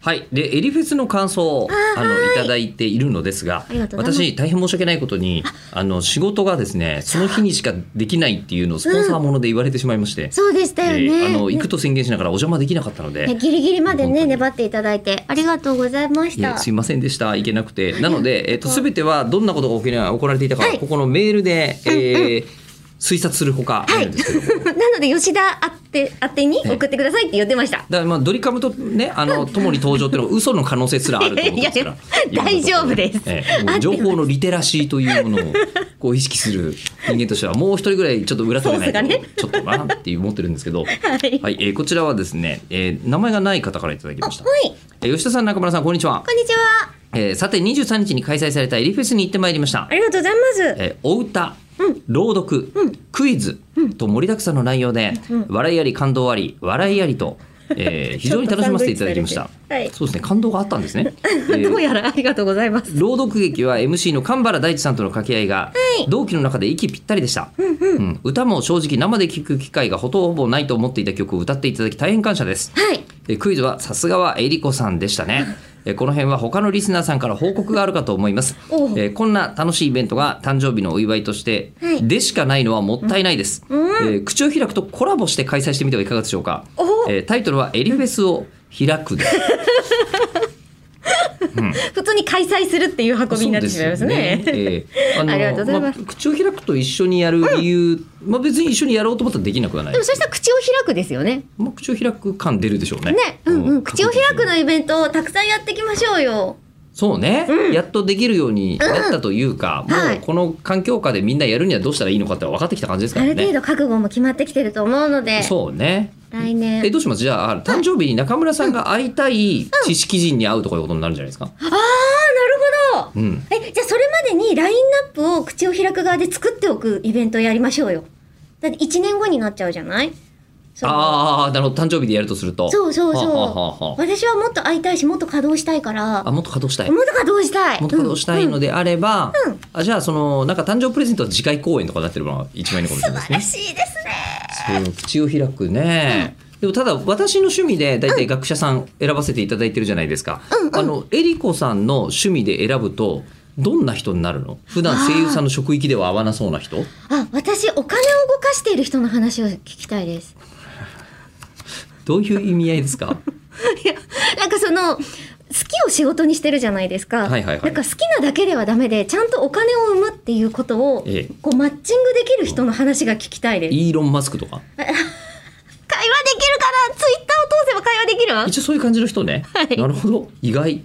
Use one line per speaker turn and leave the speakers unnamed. はい、でエリフェスの感想をあのいただいているのですが
ありがとうございます
私大変申し訳ないことにあの仕事がですねその日にしかできないっていうのをスポンサーもので言われてしまいまして、
そうでしたよ
で
ね。
あの行くと宣言しながらお邪魔できなかったので
ね、ギリギリまで
本当
ね
に
粘っていただいてありがとうございまし
い
た。
やすいませんでした行けなくてなので、えっと全てはどんなことが起きな起こられていたか、
はい
ここのメールで、えー推察するほかなんですけども、
なので吉田あって宛てに
ね
送ってくださいって言ってました。
だからまあドリカムとねあの共に登場っていうのは嘘の可能性すらあるということですから
いやいや
今のところ
大丈夫です
え えもう情報のリテラシーというものをこう意識する人間としてはもう一人ぐらいちょっと裏取れないと、
ソースがね
ちょっとなっていう思ってるんですけ ど、
はい。
はいえーこちらはですね、えー名前がない方からいただき
あ
ま
はい
した、えー吉田さん中村さんこんにちは、
こんにちは。
えーさて23日に開催されたエリフェスに行ってまいりました
ありがとうございます。
えーお歌、朗読、クイズと盛りだくさんの内容で、笑いあり感動あり笑いありと、 えー非常に楽しませていただきました
ちょっとサンドイッチされてはい
そうですね感動があったんです ね、えー
どうやらありがとうございます。
朗読劇は MC の神原大地さんとの掛け合いが同期の中で息ぴったりでした、うん歌も正直生で聴く機会がほとんどないと思っていた曲を歌っていただき大変感謝です
はい。
えークイズはさすがはえりこさんでしたね。えーこの辺は他のリスナーさんから報告があるかと思います。え
おう
ーこんな楽しいイベントが誕生日のお祝いとして
はい
でしかないのはもったいないです。えー口を開くとコラボして開催してみてはいかがでしょうか
お。
えータイトルはエリフェスを開くです。
普通に開催するっていう運びになってしまいますね。
そうですよねえーあの
ありがとうございます
あ口を開くと一緒にやる理由、まあ別に一緒にやろうと思ったらできなくはない
でも。そしたら口を開くですよね。
まあ口を開く感出るでしょうね。
ね、うんうん、口を開く
の
のイベントをたくさんやっていきましょうよ。
そうね、やっとできるようになったというか、も
は
う
い
この環境下でみんなやるにはどうしたらいいのかって分かってきた感じですか
あ
ら
る程
ね。
度覚悟も決まってきてると思うので、
そうね。
来
え
年。
どうしますじゃあ誕生日に中村さんが会いたい知識人に会うとかいうことになるんじゃないですか。
ああ、なるほど。
うん。
えじゃあそれまでにラインナップを口を開く側で作っておくイベントをやりましょうよだって1年後になっちゃうじゃないその
ああなるほど誕生日でやるとすると。
そうそうそう
はあはあはあ
私はもっと会いたいしもっと稼働したいから
あ
もっ
もっと稼働したい。
と
もっ
稼働したい
と稼働したいのであれば、
うんうん
あじゃあそのなんか誕生日プレゼントは次回公演とかになってるのが一枚のかもしれ
うん
な
素
いですね。
晴らしいですね
そう口を開くね、でもただ私の趣味で大体学者さん選ばせていただいてるじゃないですか、あのえりこさんの趣味で選ぶとどんな人になるの普段声優さんの職域では合わなそうな人
あ私お金を動かしている人の話を聞きたいです
どういう意味合いです か
いや なんかその好きを仕事にしてるじゃないですか、
はいはいはい
なんか好きなだけではダメでちゃんとお金を生むっていうことを、
ええ
こうマッチングできる人の話が聞きたいです
イーロン・マスクとか
会話できるかなツイッターを通せば会話できる
一応そういう感じの人ね、
はい
なるほど意外